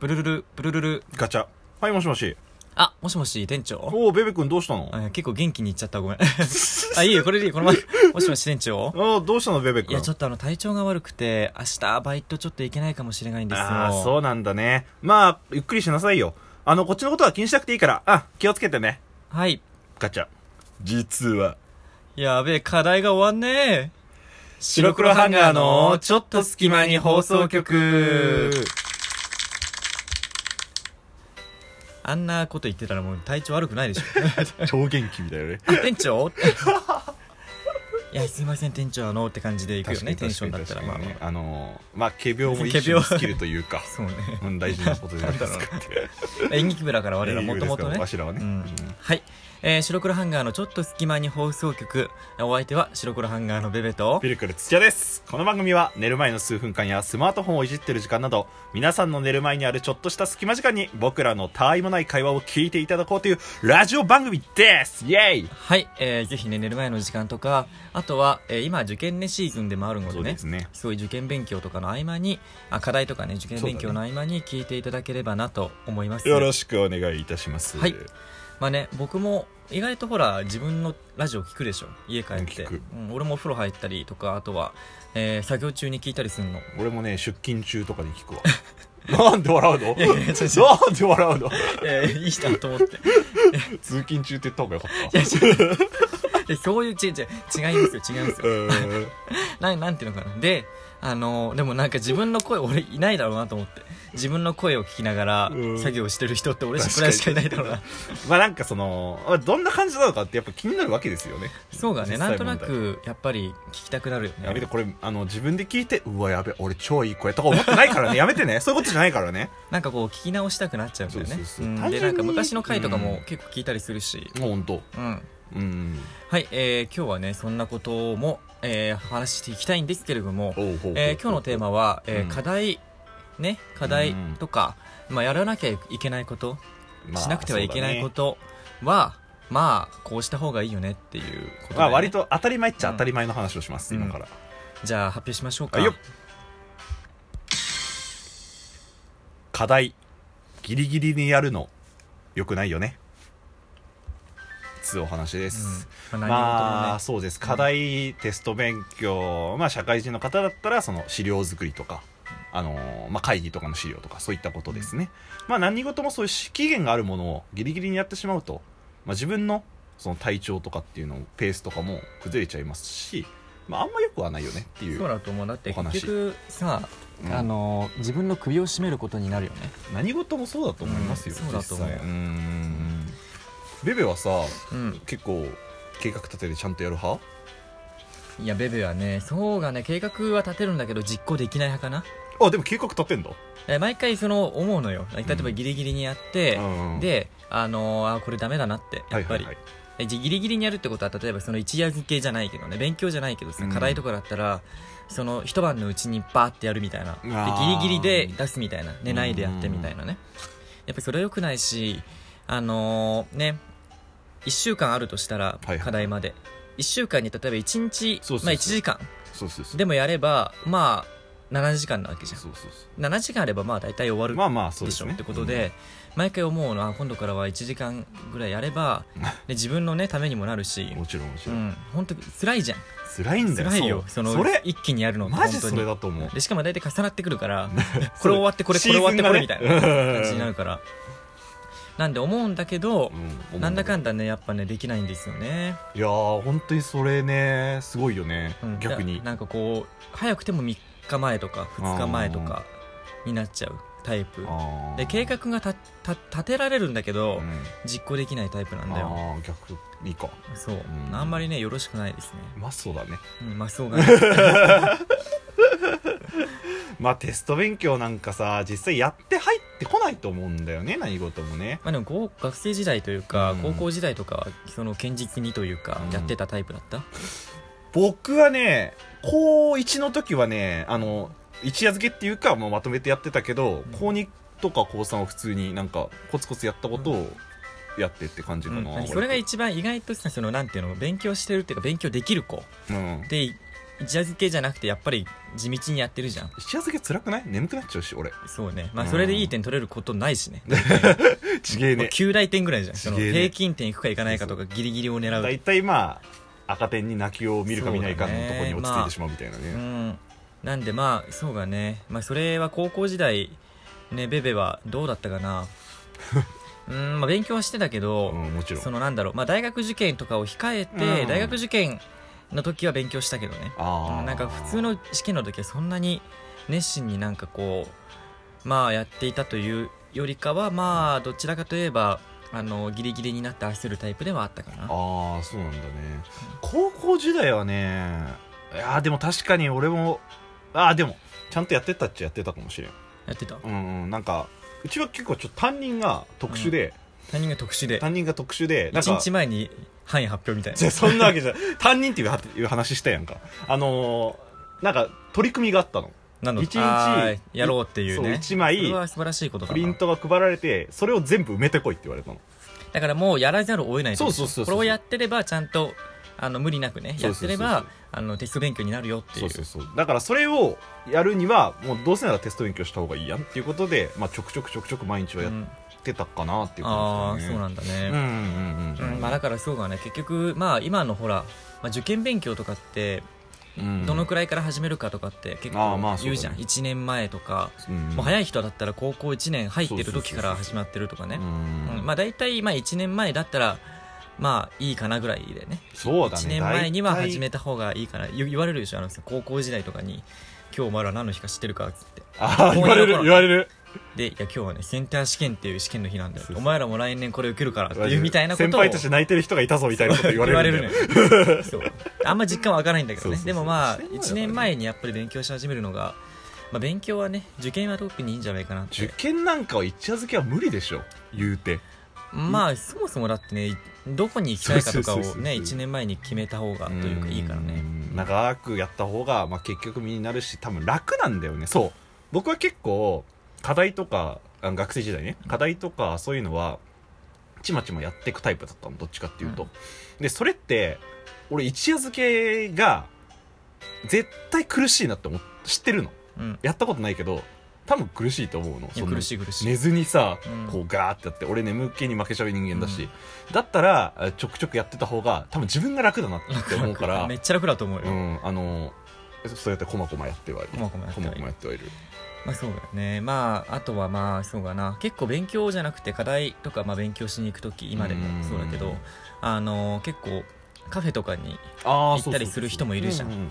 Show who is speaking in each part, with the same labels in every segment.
Speaker 1: ブルルル、ブルルル。
Speaker 2: ガチャ。はい、もしもし。
Speaker 1: あ、もしもし、店長
Speaker 2: おお、ベベ君どうしたの
Speaker 1: あ結構元気に言っちゃった、ごめん。 あ、いいよ、これでいいよ、この まま。もしもし、店長
Speaker 2: ああ、どうしたの、ベベ
Speaker 1: い
Speaker 2: 君。
Speaker 1: や、ちょっとあの、体調が悪くて、明日、バイトちょっと行けないかもしれないんですよ。
Speaker 2: ああ、そうなんだね。まあ、ゆっくりしなさいよ。あの、こっちのことは気にしなくていいから。あ、気をつけてね。
Speaker 1: はい。
Speaker 2: ガチャ。実は。
Speaker 1: やべえ、課題が終わんねえ。
Speaker 2: 白黒ハンガーのちょっと隙間に放送局。
Speaker 1: あんなこと言ってたらもう体調悪くないで しょ。
Speaker 2: 超元気みたいなね。
Speaker 1: あ店長いや、すいません、店長のって感じで行くよね、テンションだったら。まあまあ。
Speaker 2: あのー、まあ、仮病も一
Speaker 1: 仮
Speaker 2: 種の
Speaker 1: 病
Speaker 2: スキル というか。
Speaker 1: そうね。
Speaker 2: うん、大事なことじゃないですかって。
Speaker 1: 演劇部だから我らもともとね
Speaker 2: わ。しらはね。
Speaker 1: うんはい。えー白黒ハンガーのちょっと隙間に放送局。お相手は白黒ハンガーのベベと
Speaker 2: ピ、ルクル土屋です。この番組は寝る前の数分間やスマートフォンをいじってる時間など、皆さんの寝る前にあるちょっとした隙間時間に僕らの他愛もない会話を聞いていただこうというラジオ番組ですイェイ
Speaker 1: はい、えーぜひね、寝る前の時間とか、あとは、えー今受験ねシーズンでもあるのでね、
Speaker 2: ね。
Speaker 1: すごい受験勉強とかの合間に、あ、課題とかね、受験勉強の合間に聞いていただければなと思います。
Speaker 2: よろしくお願いいたします。
Speaker 1: はいまあね、僕も意外とほら自分のラジオ聞くでしょ家帰って
Speaker 2: 聞く、
Speaker 1: うん、俺もお風呂入ったりとかあとは、えー作業中に聞いたりするの
Speaker 2: 俺もね、出勤中とかで聞くわ。 なんで笑うの
Speaker 1: やいやちょち
Speaker 2: なんで笑うの
Speaker 1: えーいい人だと思って
Speaker 2: 通勤中って言った方がよかっ
Speaker 1: いやちょっとでそういう違う違う違いますよ違います
Speaker 2: た。う
Speaker 1: よ
Speaker 2: ーん
Speaker 1: なんなんていうのかなであのーでもなんか自分の声俺いないだろうなと思って自分の声を聞きながら
Speaker 2: うん
Speaker 1: 作業してる人って俺
Speaker 2: 確
Speaker 1: く
Speaker 2: かに
Speaker 1: らいしかいないだろうな
Speaker 2: まあなんかその、まあどんな感じなのかってやっぱ気になるわけですよね。
Speaker 1: そうだね
Speaker 2: 実際
Speaker 1: なん
Speaker 2: 問
Speaker 1: と
Speaker 2: 題
Speaker 1: なくやっぱり聞きたくなるよね
Speaker 2: やめて、これ、あの、自分で聞いて、うわ、やべ、俺超いい声とか思ってないから ね、やめてね。そういうことじゃないからね。
Speaker 1: なんかこう聞き直したくなっちゃうんだよね
Speaker 2: そうそうそう
Speaker 1: うん
Speaker 2: 単
Speaker 1: で
Speaker 2: 純に
Speaker 1: なんか昔の回とかも
Speaker 2: うん
Speaker 1: 結構聞いたりするし、
Speaker 2: もう本当。
Speaker 1: うん、
Speaker 2: うん。
Speaker 1: はい、えー今日はねそんなことも、えー話していきたいんですけれども、
Speaker 2: おうほう
Speaker 1: えー今日のテーマ
Speaker 2: は、
Speaker 1: は、えー
Speaker 2: うん
Speaker 1: 課題ね課題とか、まあ、やらなきゃいけないこと、
Speaker 2: まあ
Speaker 1: しなくてはいけないこ。とは、まあこうした方がいいよねっていうこと
Speaker 2: そうだね
Speaker 1: で、ね
Speaker 2: まあ、割と当たり前っちゃ当たり前の話をします、
Speaker 1: うん
Speaker 2: 今から。
Speaker 1: じゃあ発表しましょうか
Speaker 2: あよっ課題、ギリギリにやるの、よくないよね。つうお話です。
Speaker 1: うんまあ、何事も
Speaker 2: まあ
Speaker 1: ね
Speaker 2: そうです課題、テスト勉強、まあ、社会人の方だったらその資料作りとか、あのーまあ、会議とかの資料とかそういったことですね、まあ、何事もそういう期限があるものをギリギリにやってしまうと、まあ、自分のその体調とかっていうのペースとかも崩れちゃいますし、まあ、あんまよくはないよねっていう
Speaker 1: そうだと思うだって
Speaker 2: お話
Speaker 1: 結局さ、
Speaker 2: うん
Speaker 1: あのー自分の首を絞めることになるよね
Speaker 2: 何事もそうだと思いますよ、
Speaker 1: うんそうだと思う
Speaker 2: 実際んベベはさ
Speaker 1: うん
Speaker 2: 結構計画立ててちゃんとやる派
Speaker 1: いやベベはねそうがね計画は立てるんだけど実行できない派かな
Speaker 2: あでも計画立てんだ、
Speaker 1: えー毎回その思うのよ例えば
Speaker 2: うん
Speaker 1: ギリギリにやって、
Speaker 2: うん
Speaker 1: であのーあーこれダメだなってやっぱり、
Speaker 2: はいはいはい
Speaker 1: えじギリギリにやるってことは例えばその一夜漬けじゃないけどね勉強じゃないけどさ、
Speaker 2: うん
Speaker 1: 課題とかだったらその一晩のうちにバーってやるみたいなで
Speaker 2: あ
Speaker 1: ギ
Speaker 2: ー
Speaker 1: リギリで出すみたいな寝ないでやってみたいなねやっぱりそれは良くないしあのーね1週間あるとしたら
Speaker 2: はいはい
Speaker 1: 課題まで、1週間に例えば1日
Speaker 2: そうそうそう
Speaker 1: まあ、1時間
Speaker 2: そうそうそう
Speaker 1: でもやればまあ7時間なわけじゃん
Speaker 2: そうそうそ
Speaker 1: 7時間あればまあ大体終わ
Speaker 2: う
Speaker 1: る
Speaker 2: まあまあそ
Speaker 1: で
Speaker 2: うで
Speaker 1: し
Speaker 2: す
Speaker 1: ょ
Speaker 2: ね
Speaker 1: ってことで、毎回思うのは今度からは1時間ぐらいやれ ばで自分のねためにもなるし
Speaker 2: うん、もちろんもち
Speaker 1: う
Speaker 2: ろん、
Speaker 1: ん本当辛いじゃん
Speaker 2: 辛いんだよ
Speaker 1: 辛いよ
Speaker 2: そう
Speaker 1: その
Speaker 2: それ
Speaker 1: 一気にやるのって
Speaker 2: マジそれ
Speaker 1: 本
Speaker 2: だと思う
Speaker 1: 当にでしかも大体重なってくるからこ
Speaker 2: そ
Speaker 1: れ
Speaker 2: れ
Speaker 1: 終わってこれこ
Speaker 2: シ
Speaker 1: れ
Speaker 2: ーズ
Speaker 1: 終
Speaker 2: ン
Speaker 1: わってこれ
Speaker 2: がね
Speaker 1: みたいな感じになるからなんで思うんだけど
Speaker 2: う、ん思う
Speaker 1: なんだかんだねやっぱねできないんですよね、
Speaker 2: いやー本当にそれねすごいよね、
Speaker 1: うん
Speaker 2: 逆に
Speaker 1: だなんかこう早くても3日前とか2日前とかになっちゃうタイプ
Speaker 2: あー
Speaker 1: で計画がたた立てられるんだけど、
Speaker 2: うん
Speaker 1: 実行できないタイプなんだよ
Speaker 2: あー逆にか
Speaker 1: そう、
Speaker 2: ん
Speaker 1: あんまりねよろしくないですね、
Speaker 2: まあそうだね
Speaker 1: うん、まあそうがない
Speaker 2: まあテスト勉強なんかさ実際やって入ってこないと思うんだよね何事もね
Speaker 1: まあでもこう学生時代というか、
Speaker 2: うん
Speaker 1: 高校時代とかはその堅実にというか、
Speaker 2: うん
Speaker 1: やってたタイプだった
Speaker 2: 僕はね高1の時はねあの一夜漬けっていうかもうまとめてやってたけど、
Speaker 1: うん
Speaker 2: 高2とか高3は普通になんかコツコツやったことをやってって感じかな、
Speaker 1: うんそれが一番意外とさそのなんていうの勉強してるっていうか勉強できる子
Speaker 2: うん
Speaker 1: でい一夜漬けじゃなくてやっぱり地道にやってるじゃん
Speaker 2: 一夜漬け辛くない眠くなっちゃうし 俺
Speaker 1: そうねまあそれでいい点取れることないしね
Speaker 2: ちげえ
Speaker 1: もう
Speaker 2: ね
Speaker 1: 9大点ぐらいじゃん
Speaker 2: す
Speaker 1: そ
Speaker 2: げえ
Speaker 1: の
Speaker 2: ね
Speaker 1: 平均点いくかいかないかとかギリギリを狙う
Speaker 2: 大体まあ赤点に泣きを見るか見ないかのとこに落ち着いてしまうみたいなね
Speaker 1: うん、なんでまあそうだね、まあ、それは高校時代ねベベはどうだったか なうん、まあ、勉強はしてたけど、
Speaker 2: うんもちろん
Speaker 1: そのなんだろう、まあ、大学受験とかを控えて、
Speaker 2: うん
Speaker 1: 大学受験の時は勉強したけどね
Speaker 2: あ
Speaker 1: う
Speaker 2: あ
Speaker 1: んなんか普通の試験の時はそんなに熱心になんかこうまあやっていたというよりかはまあどちらかといえばあのギリギリになって焦るタイプではあったかな
Speaker 2: ああそうなんだね高校時代はねいやーでも確かに俺もああでもちゃんとやってたっちゃやってたかもしれん
Speaker 1: やってた
Speaker 2: うんうんなんかうちは結構ちょっと担任が特殊で、
Speaker 1: 他人が特殊で
Speaker 2: 担任が特殊でなん
Speaker 1: 1
Speaker 2: か
Speaker 1: 日前に範囲発表みたいな
Speaker 2: じゃそんなわけじゃ担任っていうはいう話したやんかあのーなんか取り組みがあったの
Speaker 1: なの
Speaker 2: 一日
Speaker 1: あーやろうっていう
Speaker 2: そう
Speaker 1: ね
Speaker 2: 一枚
Speaker 1: それは素晴らしいことだ
Speaker 2: プ
Speaker 1: な
Speaker 2: リントが配られてそれを全部埋めてこいって言われたの
Speaker 1: だからもうやらざるを得ないといか
Speaker 2: そうそうそうそう
Speaker 1: これをやってればちゃんとあの無理なくね
Speaker 2: そ
Speaker 1: や
Speaker 2: う
Speaker 1: っ
Speaker 2: そ
Speaker 1: て
Speaker 2: うそ
Speaker 1: れ
Speaker 2: うそう
Speaker 1: ばあのテスト勉強になるよってい
Speaker 2: そううそうそうだからそれをやるにはもうどうせならテスト勉強した方がいいやんっていうことで、まあ、ちょくちょくちょくちょく毎日はや
Speaker 1: う
Speaker 2: っ
Speaker 1: ん
Speaker 2: てたかなっていう
Speaker 1: あ
Speaker 2: 感
Speaker 1: あ
Speaker 2: じ
Speaker 1: そうなんだね、
Speaker 2: だねうんうんうんうん
Speaker 1: うんまあ、だからそうだね結局、まあ、今のほら、まあ、受験勉強とかって
Speaker 2: うん
Speaker 1: どのくらいから始めるかとかって結
Speaker 2: あーまあ
Speaker 1: 構
Speaker 2: そうだね
Speaker 1: 言うじゃん、1年前とか、
Speaker 2: うん
Speaker 1: もう早い人だったら高校1年入ってる時から
Speaker 2: そうそうそうそう
Speaker 1: 始まってるとかね
Speaker 2: う、ん
Speaker 1: うんまあ、大体まあ1年前だったらまあいいかなぐらいでね
Speaker 2: そうだね
Speaker 1: 1年前には
Speaker 2: 大体
Speaker 1: 始めた方がいいかな言言われるでしょあのさ高校時代とかに「今日お前ら何の日か知ってるか?」っつって
Speaker 2: ああ
Speaker 1: こうい
Speaker 2: 言
Speaker 1: う
Speaker 2: われ
Speaker 1: と
Speaker 2: る
Speaker 1: ころ
Speaker 2: 言われる
Speaker 1: で「いや今日はねセンター試験っていう試験の日なんだよ
Speaker 2: そうそう
Speaker 1: お前らも来年これ受けるから」って
Speaker 2: 言われ
Speaker 1: いう
Speaker 2: る
Speaker 1: みたいなことを
Speaker 2: 先輩として泣いてる人がいたぞみたいなこと言われるんだよ
Speaker 1: 言われ るねそうあんま実感はわからないんだけどね
Speaker 2: そうそうそう
Speaker 1: でもまあ
Speaker 2: 一
Speaker 1: 1
Speaker 2: 年前だからね
Speaker 1: 年前にやっぱり勉強し始めるのが、まあ、勉強はね受験は特にいいんじゃないかなって
Speaker 2: 受験なんかは一夜漬けは無理でしょ言うて
Speaker 1: まあそもそもだってねどこに行きたいかとかを
Speaker 2: そうそうそうそう
Speaker 1: ね1年前に決めた方がというかいいからね
Speaker 2: うん長くやった方が、まあ、結局身になるし多分楽なんだよねそう僕は結構課題とかあ学生時代ね課題とかそういうのはちまちまやっていくタイプだったのどっちかっていうと、でそれって俺一夜漬けが絶対苦しいなって思っ知ってるの
Speaker 1: うん
Speaker 2: やったことないけど多分苦しいと思うの
Speaker 1: いや
Speaker 2: んな
Speaker 1: 苦しい苦しい
Speaker 2: 寝ずにさ、
Speaker 1: うん
Speaker 2: こうガーってやって俺眠気に負けちゃう人間だし、だったらえちょくちょくやってた方が多分自分が楽だなって思うか ら
Speaker 1: めっちゃ楽だと思うよ、
Speaker 2: うん、あのそうやってこまこまやってはいる
Speaker 1: こまこまやってはいる
Speaker 2: こまこまやってはいる
Speaker 1: まあそうだよねまああとはまあそうかな結構勉強じゃなくて課題とかまあ勉強しに行く時今で
Speaker 2: うん
Speaker 1: もそうだけどあの結構カフェとかに
Speaker 2: あ
Speaker 1: ー行ったりする人もいるじゃん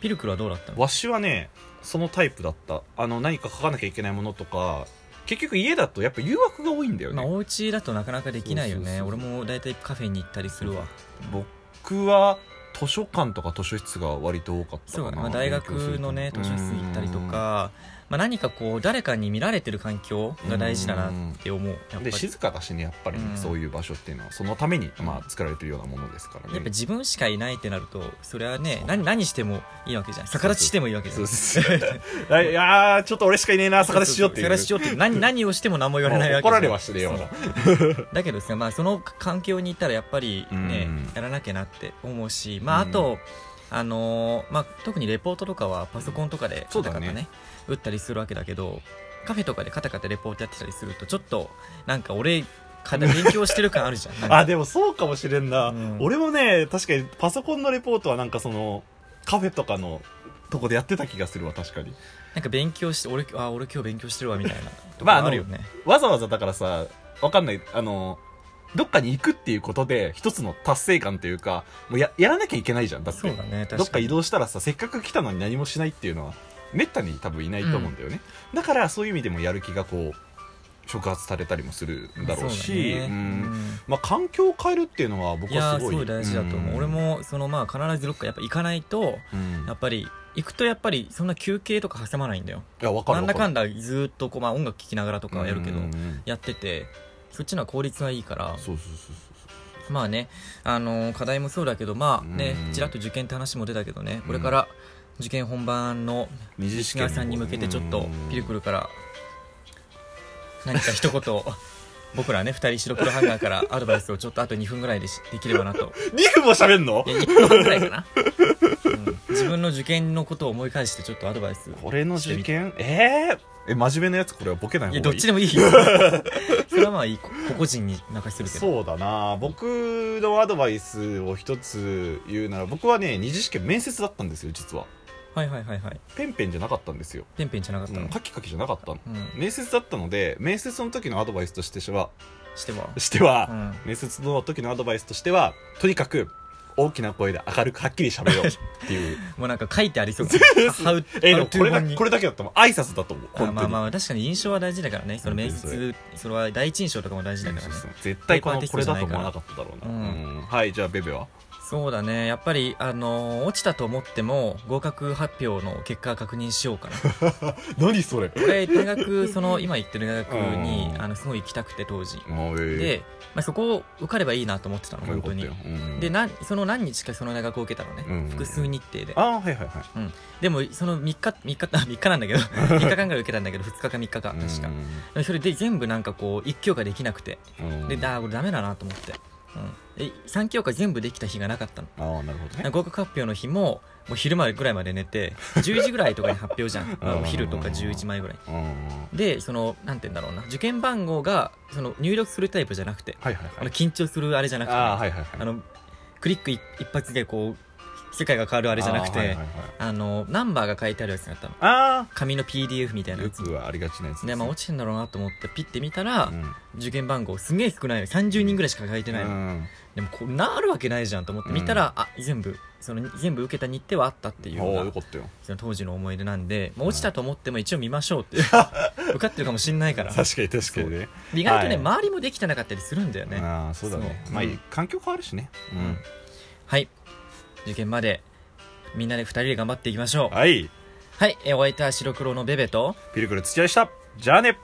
Speaker 1: ピルクルはどうだったの
Speaker 2: わしはねそのタイプだったあの何か書かなきゃいけないものとか結局家だとやっぱ誘惑が多いんだよね、
Speaker 1: まあ、お家だとなかなかできないよね
Speaker 2: そうそう
Speaker 1: 俺も大体カフェに行ったりするわ
Speaker 2: 僕は図書館とか図書室が割と多かったか
Speaker 1: そう
Speaker 2: な
Speaker 1: だね、まあ、大学のね図
Speaker 2: 勉
Speaker 1: 書
Speaker 2: 強
Speaker 1: 室
Speaker 2: すると
Speaker 1: 行ったりとか、まあ、何かこう誰かに見られてる環境が大事だなって思うやっぱ
Speaker 2: うん
Speaker 1: り
Speaker 2: で静かだしねやっぱりね、
Speaker 1: うん
Speaker 2: そういう場所っていうのはそのために、まあ、作られてるようなものですからね
Speaker 1: やっぱ自分しかいないってなるとそれは
Speaker 2: そ
Speaker 1: ね
Speaker 2: う
Speaker 1: 何何してもいいわけじゃん逆立ちしてもいいわけじゃん
Speaker 2: そう そうそうあいやーちょっと俺しかいねえな逆立ちしようっていう
Speaker 1: 逆立ちしようって何何をしても何も言われないわけ
Speaker 2: 怒られ
Speaker 1: ま
Speaker 2: はしねえような
Speaker 1: だけどさ、まあ、その環境にいたらやっぱりね、
Speaker 2: うん
Speaker 1: やらなきゃなって思うし、まあ、あと、あのーまあ、特にレポートとかはパソコンとかで
Speaker 2: そう
Speaker 1: カ
Speaker 2: だ
Speaker 1: タ
Speaker 2: ね
Speaker 1: カタね打ったりするわけだけどカフェとかでカタカタレポートやってたりするとちょっとなんか俺か勉強してる感あるじゃんなんか
Speaker 2: あでもそうかもしれんな、
Speaker 1: うん
Speaker 2: 俺もね確かにパソコンのレポートはなんかそのカフェとかのとこでやってた気がするわ確かに
Speaker 1: なんか勉強して俺あ俺今日勉強してるわみたいなと
Speaker 2: まああ
Speaker 1: か
Speaker 2: の
Speaker 1: あるよね、
Speaker 2: わざわざだからさわかんないあのどっかに行くっていうことで一つの達成感というかもうややらなきゃいけないじゃんだって
Speaker 1: そうだね確かに
Speaker 2: どっか移動したらさせっかく来たのに何もしないっていうのはめったに多分いないと思うんだよね、だからそういう意味でもやる気がこう触発されたりもするんだろうし
Speaker 1: そうだね
Speaker 2: うん
Speaker 1: うん
Speaker 2: まあ、環境を変えるっていうのは僕
Speaker 1: いや
Speaker 2: は
Speaker 1: ー
Speaker 2: すご
Speaker 1: す
Speaker 2: い
Speaker 1: ごい大事だと思う、
Speaker 2: ん
Speaker 1: 俺もそのまあ必ずどっかやっぱ行かないと
Speaker 2: うん
Speaker 1: やっぱり行くとやっぱりそんな休憩とか挟まないんだよ
Speaker 2: いやわかる
Speaker 1: なんだかん
Speaker 2: だ
Speaker 1: だずーっとこう、まあ、音楽聴きながらとかはやるけどやっててそっちのは効率はいいから
Speaker 2: そうそうそう
Speaker 1: まあね、あのー課題もそうだけどまあね
Speaker 2: うん
Speaker 1: ちらっと受験って話も出たけどねこれから受験本番の
Speaker 2: そう二次
Speaker 1: 石川さんに向けてちょっとピルクルから何か一言僕らね2人白黒ハンガーからアドバイスをちょっとあと2分ぐらいでしできればなと
Speaker 2: 2分も喋んの
Speaker 1: いや1分ぐらいかなうん自分の受験のことを思い返してちょっとアドバイス
Speaker 2: これの受験えー、え真面目なやつこれはボケない
Speaker 1: いやど
Speaker 2: 方がいい
Speaker 1: っちでもいいよそれはまあいいこ個々人に任せるけど
Speaker 2: そうだな僕のアドバイスを一つ言うなら僕はね二次試験面接だったんですよ実は
Speaker 1: はいはいはいはい
Speaker 2: ペンペンじゃなかったんですよ、
Speaker 1: ペンペンじゃなかった
Speaker 2: う
Speaker 1: の
Speaker 2: ん、カキカキじゃなかったの
Speaker 1: うん、
Speaker 2: 面接だったので面接の時のアドバイスとしては
Speaker 1: しては
Speaker 2: しては、
Speaker 1: うん
Speaker 2: 面接の時のアドバイスとしてはとにかく大きな声で明るくはっきり喋ろうって いう
Speaker 1: もうなんか書いてありそう How-
Speaker 2: えでも
Speaker 1: how to
Speaker 2: これだ
Speaker 1: 本に
Speaker 2: これだけだったもん挨拶だと思う
Speaker 1: あ
Speaker 2: 本当に、
Speaker 1: まあまあ確かに印象は大事だからねその面
Speaker 2: 本当に
Speaker 1: 接それは第一印象とかも大事だからね
Speaker 2: 絶対この
Speaker 1: ペー
Speaker 2: こ
Speaker 1: パーテ
Speaker 2: れ
Speaker 1: ストじゃ
Speaker 2: だ
Speaker 1: な
Speaker 2: と
Speaker 1: い
Speaker 2: 思
Speaker 1: から
Speaker 2: わなかっただろうな、
Speaker 1: うん
Speaker 2: うんはいじゃあベベは
Speaker 1: そうだねやっぱりあのー落ちたと思っても合格発表の結果確認しようかな
Speaker 2: 何それ
Speaker 1: 俺大学その今行ってる大学に
Speaker 2: うん
Speaker 1: あのすごい行きたくて当時
Speaker 2: もうええ
Speaker 1: で、まあ、そこを受かればいいなと思ってたの本当に
Speaker 2: よかったようん
Speaker 1: でなその何日かその大学を受けたのね、
Speaker 2: うん
Speaker 1: 複数日程で
Speaker 2: ああはいはいはい
Speaker 1: でもその3日3日 3日なん だけど3日間ぐらい受けたんだけど2日か3日か確か、それで全部なんかこう1教科できなくて
Speaker 2: うん
Speaker 1: でだこれダメだなと思って、うん、で3教科全部できた日がなかったの
Speaker 2: ああなるほどね
Speaker 1: 合格発表の日ももう昼間ぐらいまで寝 て10時ぐらいとかに発表じゃん、まあ、お昼とか11前ぐらい
Speaker 2: うんは
Speaker 1: でそのなんて言うんだろうな受験番号がその入力するタイプじゃなくて
Speaker 2: いはいは
Speaker 1: あの
Speaker 2: い
Speaker 1: 緊張するあれじゃなくてね、
Speaker 2: ああはいはいはい
Speaker 1: あのクリック一一発でこう世界が変わるあ
Speaker 2: あ
Speaker 1: れじゃなくてあ,、
Speaker 2: ーはいはいはい
Speaker 1: のナンバーが書いてあるやつだったの
Speaker 2: あ
Speaker 1: 紙の PDF みたい
Speaker 2: あ
Speaker 1: な
Speaker 2: よ
Speaker 1: やつ
Speaker 2: くはありがちなやつす
Speaker 1: で、まあ、落ちてんだろうなと思ってピッて見たら、
Speaker 2: うん
Speaker 1: 受験番号すげえ少ないの30人ぐらいしか書いてないの、
Speaker 2: うん
Speaker 1: でもこうなるわけないじゃんと思って見たら、あ全部その全部受けた日程はあったっていう
Speaker 2: お
Speaker 1: の
Speaker 2: ー
Speaker 1: が
Speaker 2: よかったよ
Speaker 1: その当時の思い出なんで、まあ、落ちたと思っても一応見ましょうって 受かってるかもしんないから
Speaker 2: 確かに確かにね
Speaker 1: 意外とね、
Speaker 2: はい
Speaker 1: 周りもできてなかったりするんだよね
Speaker 2: ああそうだね
Speaker 1: そう
Speaker 2: まあ
Speaker 1: うん
Speaker 2: 環境変わるしねう
Speaker 1: うん
Speaker 2: ん
Speaker 1: はい受験までみんなで2人で頑張っていきましょう
Speaker 2: はい
Speaker 1: はい、えーお相手は白黒のベベと
Speaker 2: ピルクル土屋でしたじゃあね